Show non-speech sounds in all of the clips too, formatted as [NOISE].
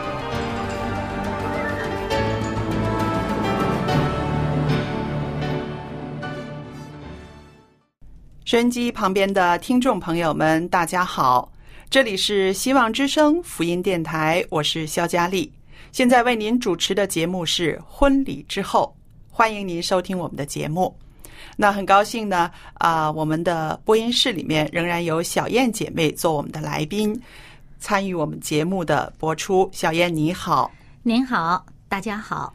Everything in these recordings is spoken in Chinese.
收音机旁边的听众朋友们，大家好，这里是希望之声福音电台，我是肖佳丽。现在为您主持的节目是《婚礼之后》，欢迎您收听我们的节目。那很高兴呢，啊、我们的播音室里面仍然有小燕姐妹做我们的来宾，参与我们节目的播出。小燕你好，您好，大家好。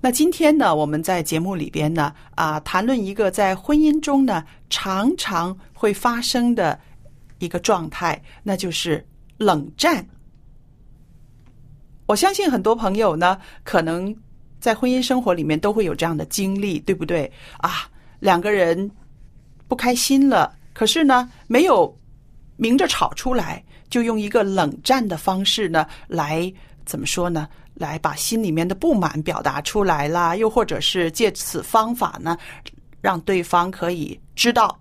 那今天呢，我们在节目里边呢，啊，谈论一个在婚姻中呢常常会发生的一个状态，那就是冷战。我相信很多朋友呢，可能在婚姻生活里面都会有这样的经历，对不对？啊，两个人不开心了，可是呢，没有明着吵出来，就用一个冷战的方式呢，来怎么说呢？来把心里面的不满表达出来啦，又或者是借此方法呢，让对方可以知道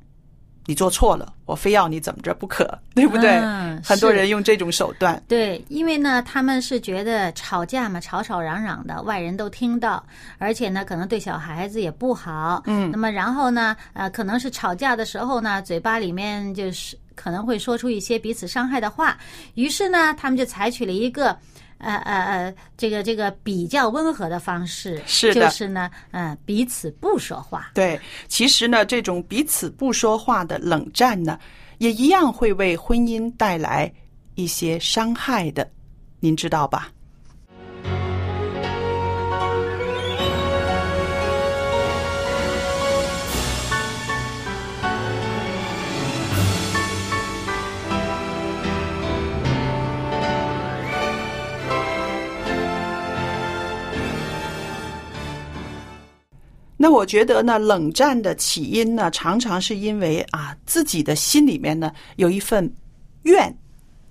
你做错了，我非要你怎么着不可，对不对？嗯很多是人用这种手段。对，因为呢，他们是觉得吵架嘛，吵吵嚷嚷的，外人都听到，而且呢，可能对小孩子也不好。嗯，那么然后呢，呃，可能是吵架的时候呢，嘴巴里面就是可能会说出一些彼此伤害的话，于是呢，他们就采取了一个。呃呃呃，这个这个比较温和的方式，是的就是呢，呃，彼此不说话，对，其实呢，这种彼此不说话的冷战呢，也一样会为婚姻带来一些伤害的，您知道吧？那我觉得呢，冷战的起因呢，常常是因为啊，自己的心里面呢有一份怨。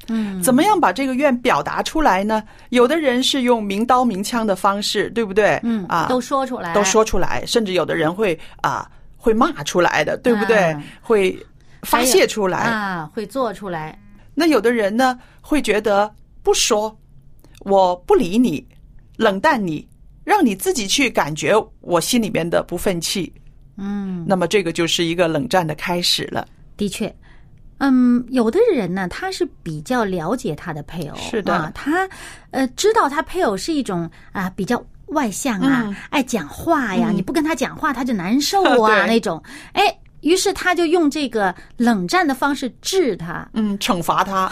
嗯，怎么样把这个怨表达出来呢？有的人是用明刀明枪的方式，对不对？嗯，啊，都说出来，都说出来，甚至有的人会啊会骂出来的，对不对？嗯会发还有泄出来。啊，会做出来，那有的人呢会觉得不说，我不理你，冷淡你，让你自己去感觉我心里面的不忿气。嗯，那么这个就是一个冷战的开始了。的确，嗯，有的人呢，他是比较了解他的配偶，是的啊、他呃知道他配偶是一种啊、比较。外向啊，嗯爱讲话呀，嗯你不跟他讲话，他就难受啊 [LAUGHS] 对那种。哎，于是他就用这个冷战的方式治他。嗯，惩罚他。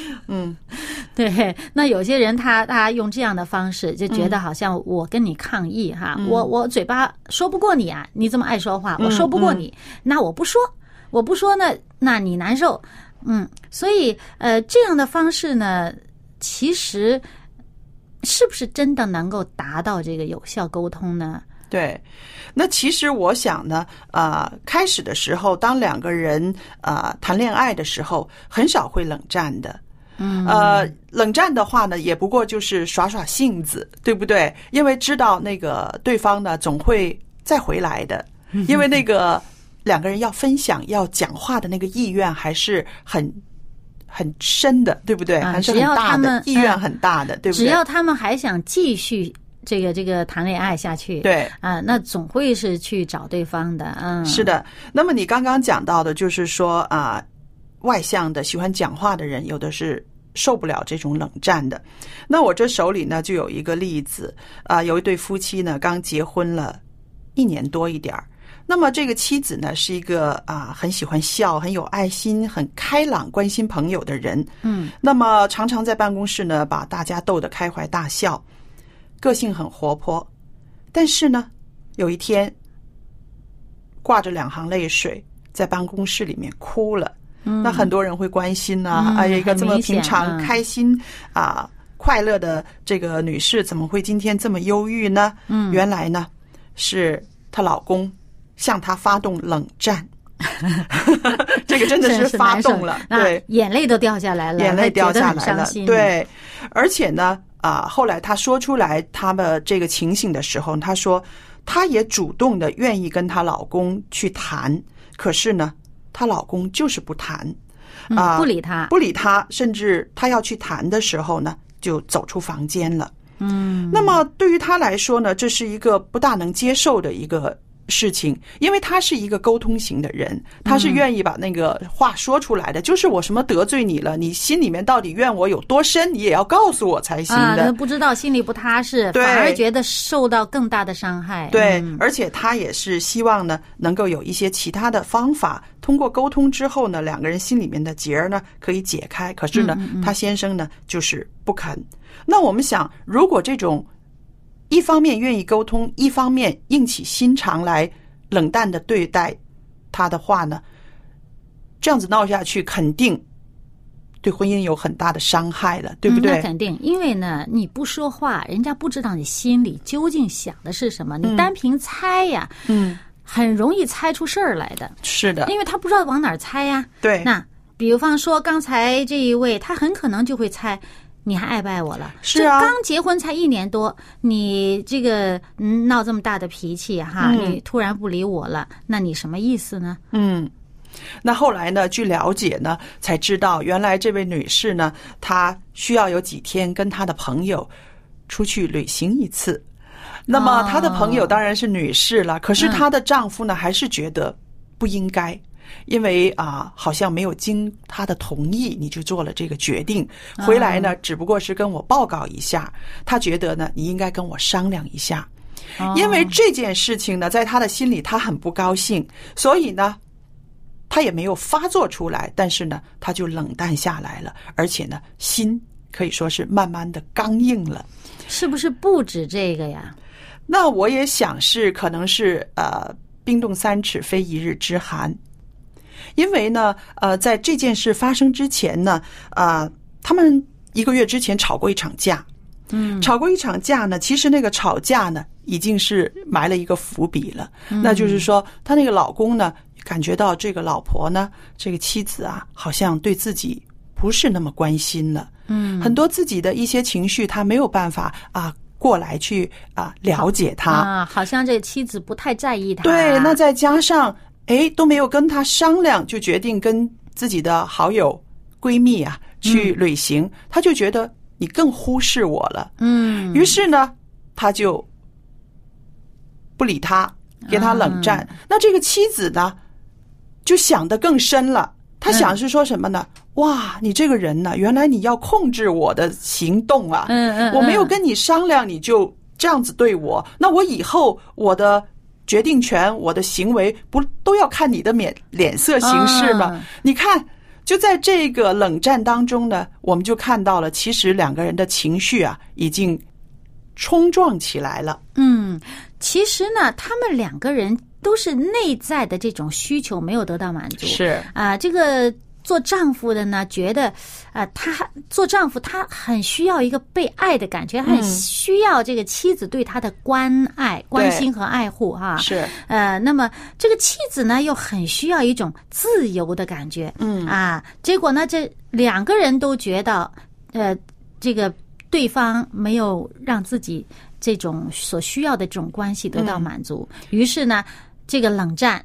[LAUGHS] 对，那有些人他他用这样的方式，就觉得嗯好像我跟你抗议哈，我我嘴巴说不过你啊，你这么爱说话，我说不嗯过你，那我不说，我不说呢，那你难受，嗯，所以呃，这样的方式呢，其实是不是真的能够达到这个有效沟通呢？对，那其实我想呢，呃，开始的时候，当两个人呃谈恋爱的时候，很少会冷战的。嗯，呃，冷战的话呢，也不过就是耍耍性子，对不对？嗯因为知道那个对方呢，总会再回来的，因为那个两个人要分享、要讲话的那个意愿还是很很深的，对不对？啊还是只很要大他的们意愿，嗯很大的，对不只对？要他们还想继续这个这个谈恋爱下去，对啊，那总会是去找对方的，嗯，是的。那么你刚刚讲到的，就是说啊、外向的、喜欢讲话的人，有的是受不了这种冷战的。那我这手里呢，就有一个例子啊、有一对夫妻呢，刚结婚了一年多一点儿。那么这个妻子呢，是一个啊、很喜欢笑、很有爱心、很开朗、关心朋友的人。嗯，那么常常在办公室呢，把大家逗得开怀大笑，个性很活泼。但是呢，有一天挂着两行泪水，在办公室里面哭了。嗯那很多人会关心呐、啊，嗯哎呀，一个很这么明显平常、嗯开心啊、快乐的这个女士，怎么会今天这么忧郁呢？嗯原来呢，是她老公向她发动冷 [LAUGHS] 战。这个真的是是发动了，那对，眼泪都掉下来了，眼泪掉下会觉得来很了伤心，，对，而且呢，啊、后来她说出来他们这个情形的时候，她说她也主动的愿意跟她老公去谈，可是呢，她老公就是不谈，嗯啊不理他，不理她，甚至她要去谈的时候呢，就走出房间了。嗯，那么对于她来说呢，这是一个不大能接受的一个事情，因为她是一个沟通型的人，她是愿意把那个话说出来的。就是我什么得罪你了，你心里面到底怨我有多深，你也要告诉我才行啊，的。那不知道心里不踏实，对反而觉得受到更大的伤害，对嗯，而且她也是希望呢，能够有一些其他的方法，通过沟通之后呢，两个人心里面的结儿呢可以解开。可是呢，嗯她先生呢就是不肯。那我们想，如果这种一方面愿意沟通，一方面硬起心肠来冷淡的对待他的话呢，这样子闹下去，肯定对婚姻有很大的伤害了，对不嗯对？那肯定，因为呢，你不说话，人家不知道你心里究竟想的是什么，你单凭猜呀，嗯，很容易猜出事儿来的，是的，因为他不知道往哪儿猜呀。对，那比方说刚才这一位，他很可能就会猜。你还爱不爱我了？是啊这刚结婚才一年多，你这个嗯闹这么大的脾气啊哈，嗯你突然不理我了，那你什么意思呢？嗯，那后来呢？据了解呢，才知道原来这位女士呢，她需要有几天跟她的朋友出去旅行一次。那么哦她的朋友当然是女士了，可是她的丈夫呢，还是觉得不应该。因为啊，好像没有经她的同意，你就做了这个决定。回来呢，只不过是跟我报告一下，她觉得呢，你应该跟我商量一下。嗯哦因为这件事情呢，在他的心里他很不高兴，所以呢，他也没有发作出来，但是呢，他就冷淡下来了，而且呢，心可以说是慢慢的刚硬了。是不是不止这个呀？那我也想是，可能是呃，冰冻三尺非一日之寒，因为呢，呃，在这件事发生之前呢，呃，他们一个月之前吵过一场架，嗯，吵过一场架呢，其实那个吵架呢，已经是埋了一个伏笔了，那就是说，她那个老公呢，感觉到这个老婆呢，这个妻子啊，好像对自己不是那么关心了。嗯，很多自己的一些情绪，他没有办法啊过来去啊了解他。啊，好像这妻子不太在意他。啊对，那再加上哎都没有跟他商量，就决定跟自己的好友闺蜜啊嗯去旅行，他就觉得你更忽视我了。嗯，于是呢，他就不理他，给他冷啊战。那这个妻子呢，就想得更深了。嗯他想是说什么呢？哇，你这个人呢，原来你要控制我的行动啊！嗯嗯，我没有嗯跟你商量，你就这样子对我，那我以后我的决定权、我的行为不都要看你的脸脸色行事吗？啊你看，就在这个冷战当中呢，我们就看到了，其实两个人的情绪啊已经冲撞起来了。嗯，其实呢，他们两个人都是内在的这种需求没有得到满足。啊、这个做丈夫的呢，觉得，呃，他做丈夫他很需要一个被爱的感觉，很需要这个妻子对他的关爱、关心和爱护哈、是，呃，那么这个妻子呢，又很需要一种自由的感觉。嗯啊，结果呢，这两个人都觉得，呃，这个对方没有让自己这种所需要的这种关系得到满足，于是呢，这个冷战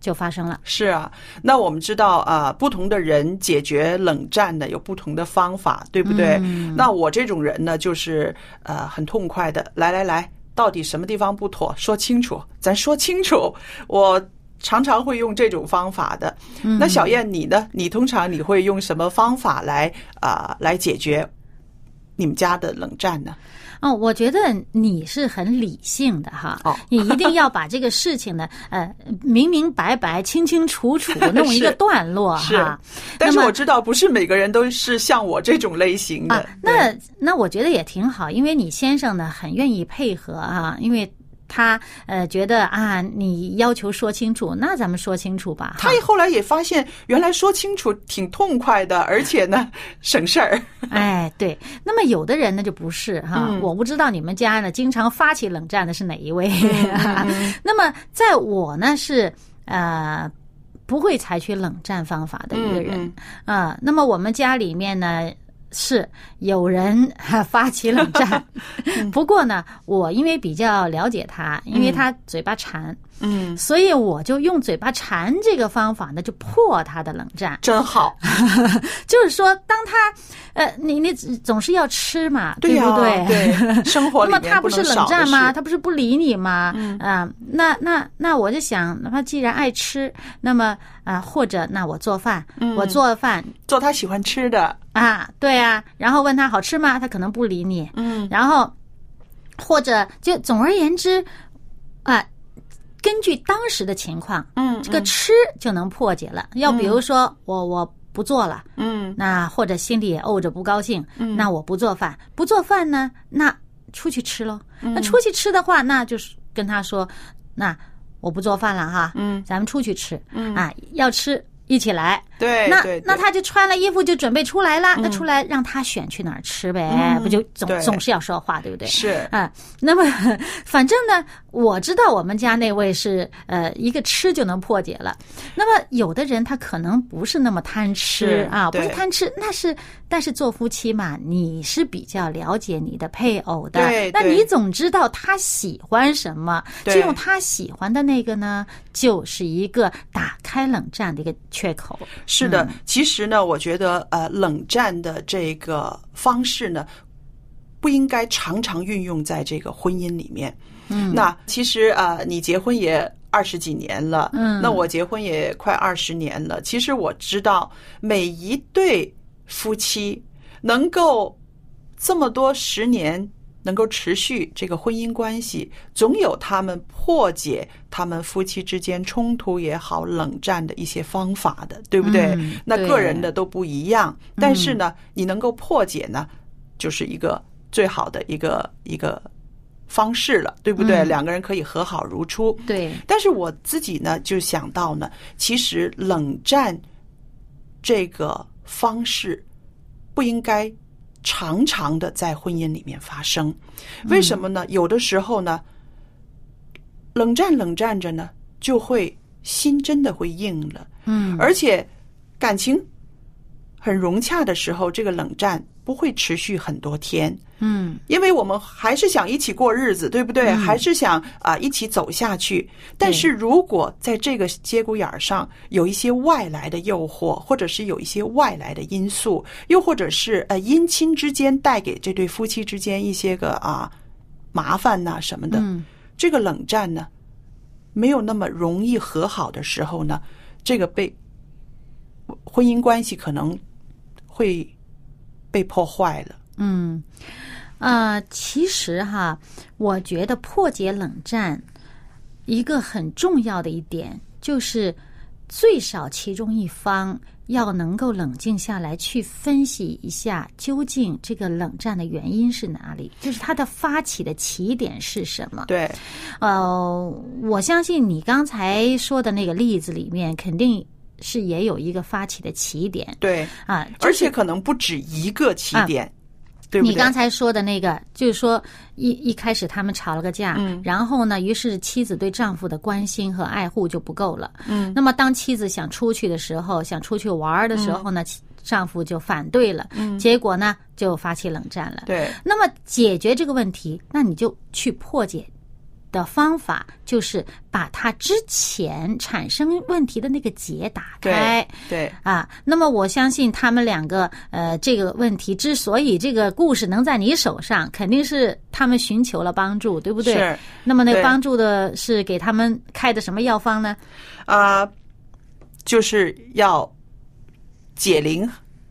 就发生了。是啊，那我们知道啊，不同的人解决冷战呢有不同的方法，对不对？嗯那我这种人呢，就是呃很痛快的，来来来，到底什么地方不妥，说清楚，咱说清楚。我常常会用这种方法的。嗯那小燕你呢？你通常你会用什么方法来啊、来解决你们家的冷战呢？哦，我觉得你是很理性的哈，哦你一定要把这个事情呢，呃，明明白白、清清楚 [LAUGHS] 楚弄一个段落是哈。，但是那么我知道不是每个人都是像我这种类型的。啊，那那我觉得也挺好，因为你先生呢很愿意配合啊，因为他呃觉得啊，你要求说清楚，那咱们说清楚吧。哈他后来也发现，原来说清楚挺痛快的，而 [LAUGHS] 且呢省事儿。 [LAUGHS] 哎，对，那么有的人呢就不是哈，嗯我不知道你们家呢经常发起冷战的是哪一位。嗯 [LAUGHS] 那么在我呢是呃不会采取冷战方法的一个人嗯啊、那么我们家里面呢。是有人啊发起冷 [LAUGHS] 战， [LAUGHS] 不过呢，我因为比较了解他，因为他嘴巴馋，嗯，所以我就用嘴巴馋这个方法呢，就破他的冷战。[LAUGHS] 真好，就是说，当他，呃，你你总是要吃嘛，呀、不对？ [LAUGHS] 对，生活那里么面他不是冷能少战的吗？是？他不是不理你吗？嗯，那那那我就想，那他既然爱吃，那么啊、或者那我做饭，嗯我做饭做他喜欢吃的，啊，对啊，然后问他好吃吗？他可能不理你，嗯，然后或者就总而言之，啊、根据当时的情况，嗯这个吃就能破解了。要比如说，我我不做了。嗯那或者心里也怄着不高兴，那我不做饭，不做饭呢，那出去吃喽。嗯那出去吃的话，那就是跟他说，那我不做饭了哈，嗯，咱们出去吃，啊，要吃一起来。对，那对对那他就穿了衣服就准备出来了，那出来让他选去哪儿吃呗，嗯不就总对总是要说话，对不对？是啊，那么反正呢，我知道我们家那位是呃一个吃就能破解了。那么有的人他可能不是那么贪吃是啊，不是对贪吃，那是但是做夫妻嘛，你是比较了解你的配偶的对，那对你总知道他喜欢什么，就对用他喜欢的那个呢，就是一个打开冷战的一个缺口。是的。其实呢，我觉得呃，冷战的这个方式呢，不应该常常运用在这个婚姻里面。嗯，那其实啊、呃你结婚也二十几年了，嗯那我结婚也快二十年了。其实我知道每一对夫妻能够这么多十年。能够持续这个婚姻关系，总有他们破解他们夫妻之间冲突也好、冷战的一些方法的，对不对？嗯那对个人的都不一样，但是呢，你能够破解呢，就是一个最好的一个一个方式了，对不对？嗯两个人可以和好如初。对，但是我自己呢，就想到呢，其实冷战这个方式不应该常常的在婚姻里面发生。为什么呢？有的时候呢，冷战冷战着呢，就会心真的会硬了。嗯而且感情很融洽的时候，这个冷战不会持续很多天，嗯，因为我们还是想一起过日子，对不对？还是想啊、一起走下去。但是如果在这个节骨眼儿上有一些外来的诱惑，或者是有一些外来的因素，又或者是呃姻亲之间带给这对夫妻之间一些个啊麻烦呐、什么的，嗯这个冷战呢没有那么容易和好的时候呢，这个被婚姻关系可能会被破坏了。嗯，呃，其实哈，我觉得破解冷战一个很重要的一点就是，最少其中一方要能够冷静下来，去分析一下究竟这个冷战的原因是哪里，就是它的发起的起点是什么。对，呃，我相信你刚才说的那个例子里面，肯定是也有一个发起的起点对，啊，而且可能不止一个起点，对不嗯对？你刚才说的那个，就是说一一开始他们吵了个架，嗯然后呢，于是妻子对丈夫的关心和爱护就不够了。嗯，那么当妻子想出去的时候，想出去玩儿的时嗯候呢，妻丈夫就反对了，结果呢就发起冷战了。对那么解决这个问题，那你就去破解的方法就是把他之前产生问题的那个结打开对。对，啊，那么我相信他们两个，呃，这个问题之所以这个故事能在你手上，肯定是他们寻求了帮助，对不对？是。那么那个对帮助的是给他们开的什么药方呢？啊、就是要解铃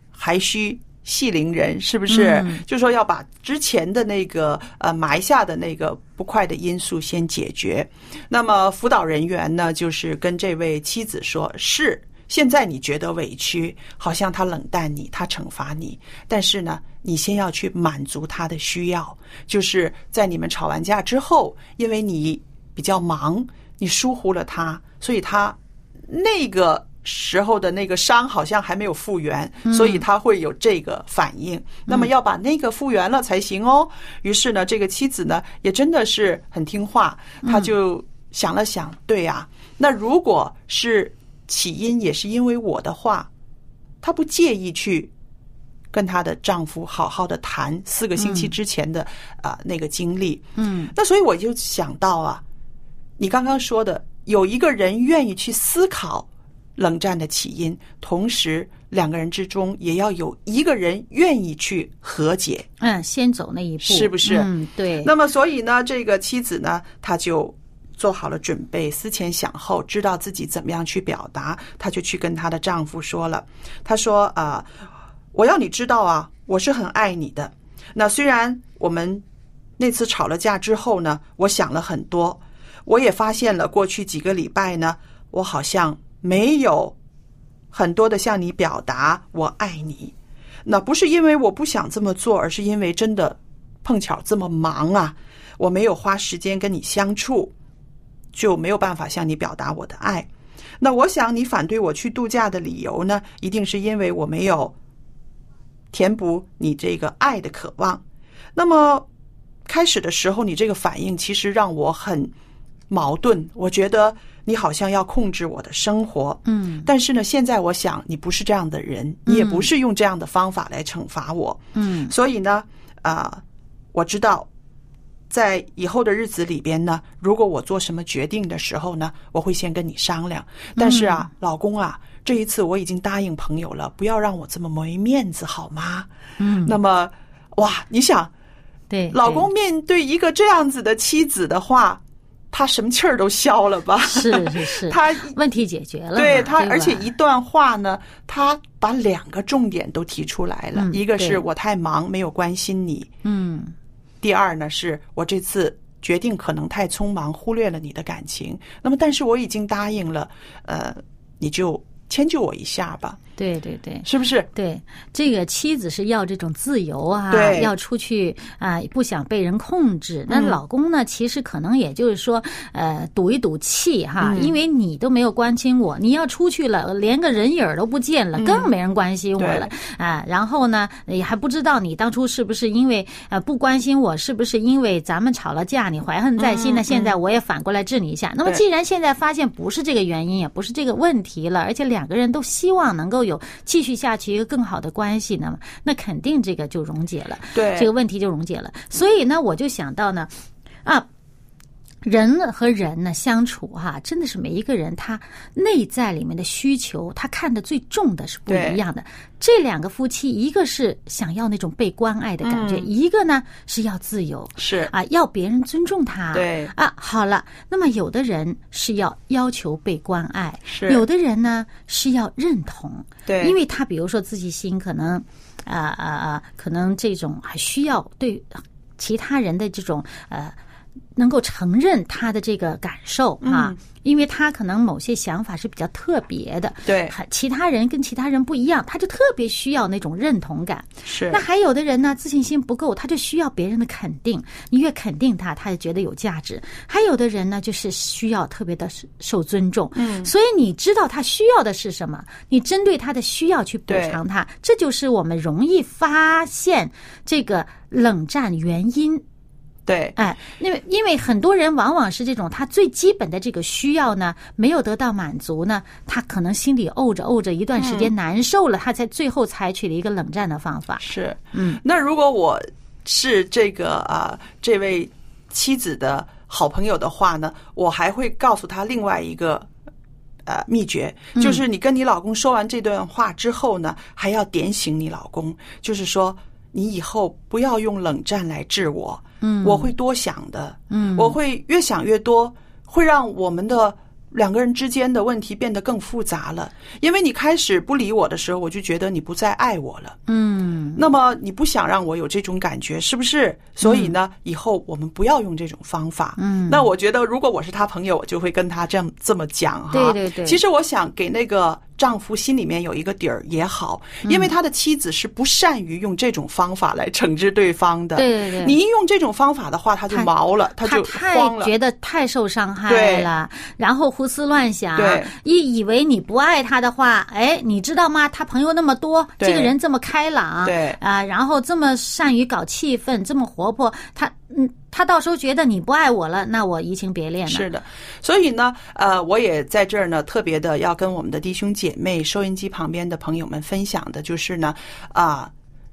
还须系铃人，是不是？嗯就说要把之前的那个呃埋下的那个不快的因素先解决。那么辅导人员呢，就是跟这位妻子说：“是，现在你觉得委屈，好像他冷淡你，他惩罚你，但是呢，你先要去满足他的需要，就是在你们吵完架之后，因为你比较忙，你疏忽了他，所以他那个时候的那个伤好像还没有复原，所以他会有这个反应。那么要把那个复原了才行哦。于是呢，这个妻子呢也真的是很听话，她就想了想，对呀、那如果是起因也是因为我的话，她不介意去。跟她的丈夫好好的谈四个星期之前的啊、那个经历，嗯那所以我就想到啊，你刚刚说的，有一个人愿意去思考冷战的起因，同时两个人之中也要有一个人愿意去和解。嗯，先走那一步，是不是嗯，对。那么，所以呢，这个妻子呢，她就做好了准备，思前想后，知道自己怎么样去表达，她就去跟她的丈夫说了。她说：“啊、我要你知道啊，我是很爱你的。那虽然我们那次吵了架之后呢，我想了很多，我也发现了过去几个礼拜呢，我好像没有很多的向你表达我爱你。那不是因为我不想这么做，而是因为真的碰巧这么忙啊，我没有花时间跟你相处，就没有办法向你表达我的爱。那我想你反对我去度假的理由呢，一定是因为我没有填补你这个爱的渴望。那么开始的时候，你这个反应其实让我很矛盾，我觉得你好像要控制我的生活，嗯但是呢，现在我想你不是这样的人，你也不是用这样的方法来惩罚我，嗯所以呢，啊、我知道，在以后的日子里边呢，如果我做什么决定的时候呢，我会先跟你商量。嗯但是啊，老公啊，这一次我已经答应朋友了，不要让我这么没面子好吗？嗯，那么，哇，你想，对，老公面对一个这样子的妻子的话，他什么气儿都消了吧？对是是是，他问题解决了嘛，对对他，吧而且一段话呢，他把两个重点都提出来了，嗯一个对是我太忙没有关心你，嗯第二呢是我这次。决定可能太匆忙，忽略了你的感情。那么，但是我已经答应了，呃，你就迁就我一下吧，对对对。是不是？对，这个妻子是要这种自由啊，对要出去啊、不想被人控制。那老公呢，其实可能也就是说，呃，赌一赌气哈，因为你都没有关心我，你要出去了，连个人影儿都不见了，更没人关心我了啊、然后呢，也还不知道你当初是不是因为呃不关心我，是不是因为咱们吵了架，你怀恨在心？那现在我也反过来治你一下。那么对既然现在发现不是这个原因，也不是这个问题了，而且两个人都希望能够有继续下去一个更好的关系，那么那肯定这个就溶解了，对这个问题就溶解了。所以呢，我就想到呢，啊。人和人呢相处哈、真的是每一个人他内在里面的需求，他看得最重的是不对一样的。这两个夫妻，一个是想要那种被关爱的感觉，嗯一个呢是要自由。是，啊，要别人尊重他。对啊，好了，那么有的人是要要求被关爱，是有的人呢是要认同，对因为他比如说自己心可能，啊啊啊，可能这种还需要对其他人的这种呃。能够承认他的这个感受嗯啊，因为他可能某些想法是比较特别的，对还其他人跟其他人不一样，他就特别需要那种认同感。是那，还有的人呢，自信心不够，他就需要别人的肯定，你越肯定他，他就觉得有价值。还有的人呢，就是需要特别的受尊重，嗯，所以你知道他需要的是什么，你针对他的需要去补对偿他，这就是我们容易发现这个冷战原因。对哎，因为因为很多人往往是这种，他最基本的这个需要呢，没有得到满足呢，他可能心里怄着怄着一段时间难受了，他才最后采取了一个冷战的方法。是，嗯，呃那如果我是这个啊、这位妻子的好朋友的话呢，我还会告诉他另外一个呃秘诀，就是你跟你老公说完这段话之后呢，还要点醒你老公，就是说你以后不要用冷战来治我，嗯，我会多想的，嗯，我会越想越多，会让我们的。两个人之间的问题变得更复杂了，因为你开始不理我的时候，我就觉得你不再爱我了。嗯，那么你不想让我有这种感觉，是不是？所以呢，以后我们不要用这种方法。嗯，那我觉得，如果我是他朋友，我就会跟他这样这么讲哈。对对对其实我想给那个丈夫心里面有一个底儿也好，嗯因为他的妻子是不善于用这种方法来惩治对方的。对对对你一用这种方法的话，他就他毛了，他他就太慌了。觉得太受伤害对了，然后胡思乱想对，一以为你不爱他的话，哎，你知道吗？他朋友那么多，对这个人这么开朗，对啊、然后这么善于搞气氛，这么活泼，他嗯，他到时候觉得你不爱我了，那我移情别恋了。是的，所以呢，呃，我也在这儿呢，特别的要跟我们的弟兄姐妹、收音机旁边的朋友们分享的，就是呢，啊、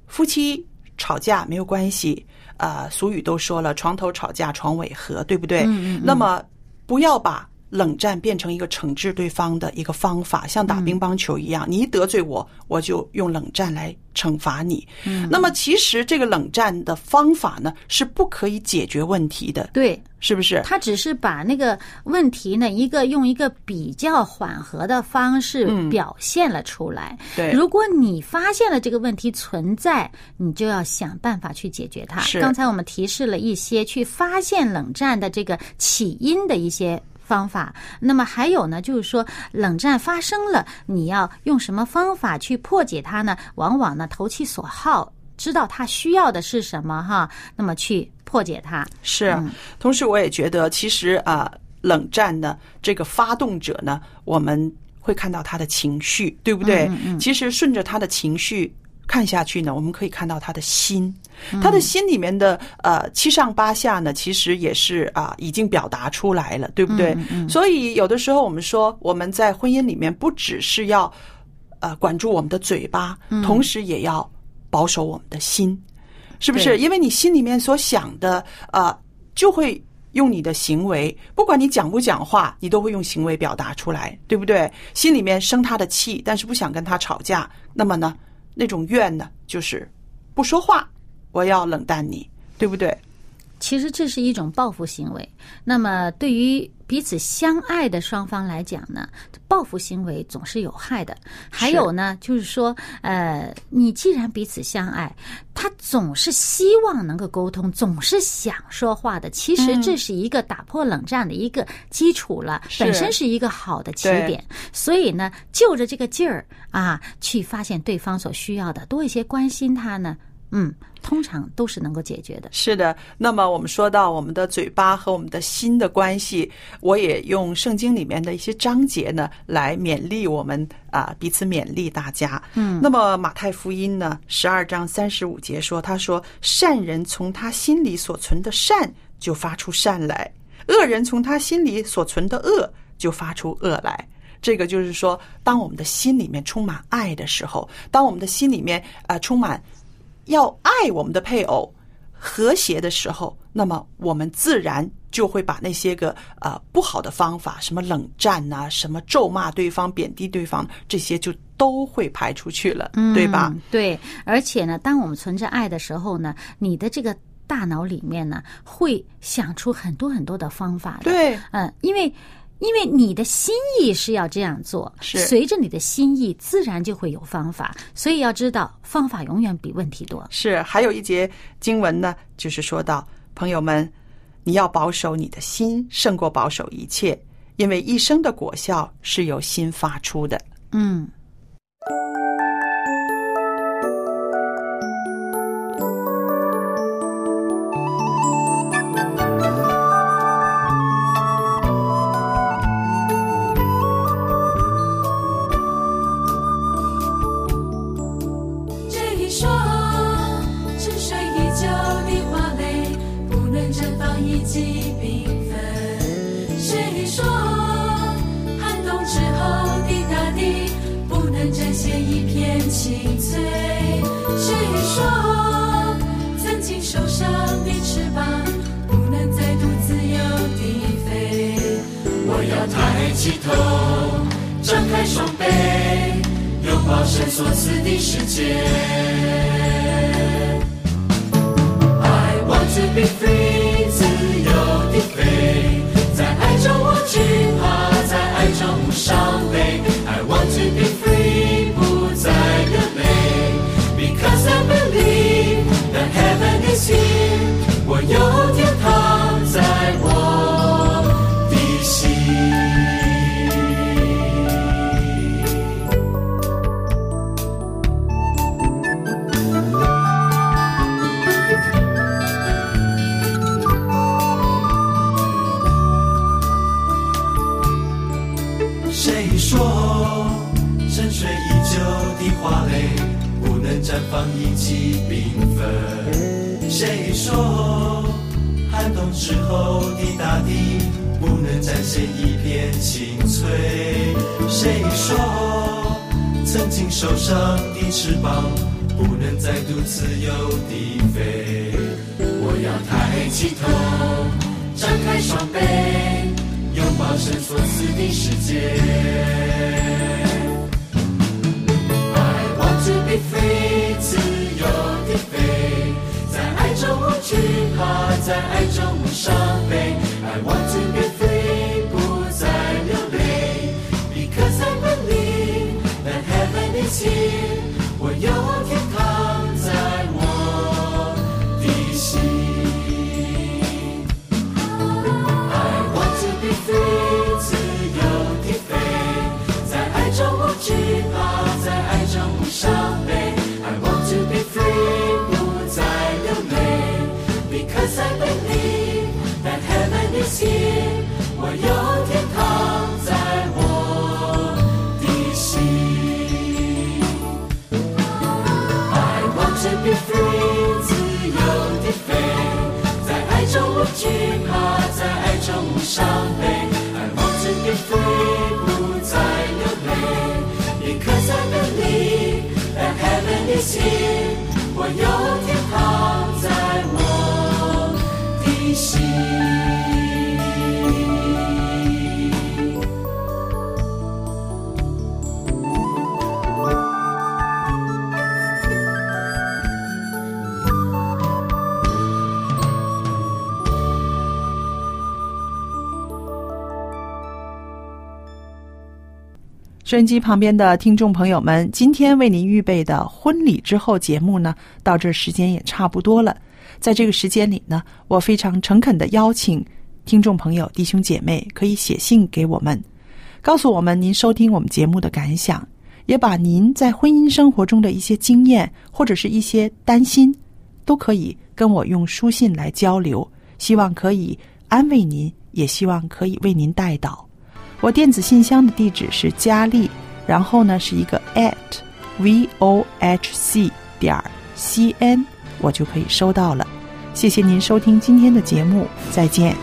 夫妻吵架没有关系，啊，俗语都说了，床头吵架床尾和，对不对？嗯嗯嗯那么不要把。冷战变成一个惩治对方的一个方法，像嗯打乒乓球一样，你一得罪我，我就用冷战来惩罚你。嗯、那么其实这个冷战的方法呢，是不可以解决问题的，对是不是？他只是把那个问题呢，一个用一个比较缓和的方式嗯表现了出来。对如果你发现了这个问题存在，你就要想办法去解决它。是刚才我们提示了一些去发现冷战的这个起因的一些。方法，那么还有呢，就是说冷战发生了，你要用什么方法去破解它呢？往往呢，投其所好，知道他需要的是什么哈，那么去破解它。是，同时我也觉得，其实啊、冷战呢，这个发动者呢，我们会看到他的情绪，对不对？其实顺着他的情绪看下去呢，我们可以看到他的心，他的心里面的呃七上八下呢，其实也是啊、已经表达出来了，对不对？所以有的时候我们说，我们在婚姻里面不只是要呃管住我们的嘴巴，同时也要保守我们的心。是不对是？因为你心里面所想的，呃，就会用你的行为，不管你讲不讲话，你都会用行为表达出来，对不对？心里面生他的气，但是不想跟他吵架，那么呢，那种怨呢，就是不说话，我要冷淡你，对不对？其实这是一种报复行为。那么对于彼此相爱的双方来讲呢，报复行为总是有害的。还有呢，就是说，呃，你既然彼此相爱，他总是希望能够沟通，总是想说话嗯的。其实这是一个打破冷战的一个基础了，是本身是一个好的起对点。所以呢，就着这个劲儿啊，去发现对方所需要的，多一些关心他呢，嗯，通常都是能够解决的。是的，那么我们说到我们的嘴巴和我们的心的关系，我也用圣经里面的一些章节呢来勉励我们啊、彼此勉励大家。嗯，那么马太福音呢十二章三十五节说，他说善人从他心里所存的善就发出善来，恶人从他心里所存的恶就发出恶来。这个就是说，当我们的心里面充满爱的时候，当我们的心里面啊、呃充满要爱我们的配偶、和谐的时候，那么我们自然就会把那些个呃不好的方法，什么冷战呐、什么咒骂对方、贬低对方，这些就都会排出去了，对吧？嗯？对，而且呢，当我们存着爱的时候呢，你的这个大脑里面呢，会想出很多很多的方法的。，对，嗯，因为。因为你的心意是要这样做，是随着你的心意，自然就会有方法。所以要知道，方法永远比问题多。是。还有一节经文呢，就是说到朋友们，你要保守你的心，胜过保守一切，因为一生的果效是由心发出的。嗯，这一双沉睡已久的花蕾，不能绽放一季缤纷；是一双寒冬之后的大地，不起头，张开双臂，拥抱神所赐的世界。I want to be free，自由地飞，在爱中无惧怕，在爱中无伤悲。I want to be free，不再流泪，because I believe that heaven is here。我有天堂在我的心。谁说沉睡已久的花蕾不能绽放一起缤纷？谁说寒冬之后的大地不能展现一片青翠？谁说曾经受伤的翅膀不能再度自由地飞？我要抬起头，张开双臂，拥抱神所赐的世界。I want to be free，自由地飞，在爱中无惧怕，在爱中无伤悲。I want to be free，不再流泪，because I believe that heaven is here。我有天堂在我的心。I want to be free，自由地飞，在爱中无惧怕，在爱中无伤悲。I want to be free，不再流泪，because I believe that heaven is here。我有天堂在我的心。I want to be free，自由地飞，在爱中无惧怕，在爱中无伤悲。I want to be free，不再流泪，because I believe that heaven is here。我有天堂在我的心。收音机旁边的听众朋友们，今天为您预备的婚礼之后节目呢，到这儿时间也差不多了。在这个时间里呢，我非常诚恳的邀请听众朋友、弟兄姐妹可以写信给我们，告诉我们您收听我们节目的感想，也把您在婚姻生活中的一些经验或者是一些担心，都可以跟我用书信来交流。希望可以安慰您，也希望可以为您带导。我电子信箱的地址是佳丽，然后呢是一个 at v o h c 点 c n，我就可以收到了。谢谢您收听今天的节目，再见。